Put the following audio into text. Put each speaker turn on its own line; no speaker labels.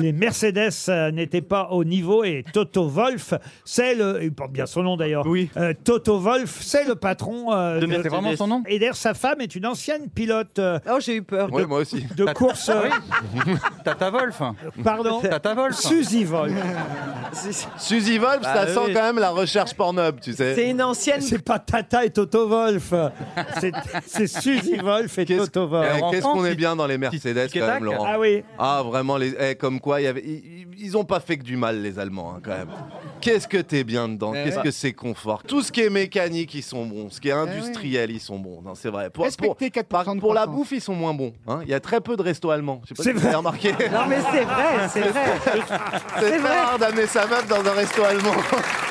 Les Mercedes euh, n'étaient pas au niveau et Toto Wolf, c'est le. Il porte bien son nom d'ailleurs. Oui. Toto Wolf, c'est le patron. euh,
De Mercedes. C'est vraiment son nom
Et d'ailleurs, sa femme est une ancienne pilote. euh,
Oh, j'ai eu peur.
Oui, moi aussi.
De course. euh,
Tata Wolf.
Pardon
Tata Wolf.
Suzy Wolf.
Suzy Wolf,
Bah
ça
oui.
sent quand même la recherche Pornhub, tu
C'est
sais.
une ancienne.
C'est pas Tata et Toto Wolf. C'est- C'est Suzy Wolf et
Qu'est-ce
Toto
Eh,
Wolf.
qu'est-ce
France,
qu'on est
tic-
bien dans les Mercedes
tic-tac.
quand même, Laurent.
Ah oui.
Ah, vraiment, les... eh, comme quoi, il y avait- i- i- ils ont pas fait que du mal, les Allemands, hein, quand même. Qu'est-ce que t'es bien dedans
Eh
Qu'est-ce
ouais.
que c'est confort Tout ce qui est mécanique, ils sont bons. Ce qui est industriel, ils sont bons. Non, c'est vrai. Pour, pour,
Respectez 4%
par-
de
pour la
croissance.
bouffe, ils sont moins bons. hein. Il y a très peu de restos allemands. Je sais pas
C'est
si vous
vrai.
avez remarqué.
Non, mais c'est vrai, c'est vrai. vrai.
c'est très rare d'amener sa meuf dans un resto allemand.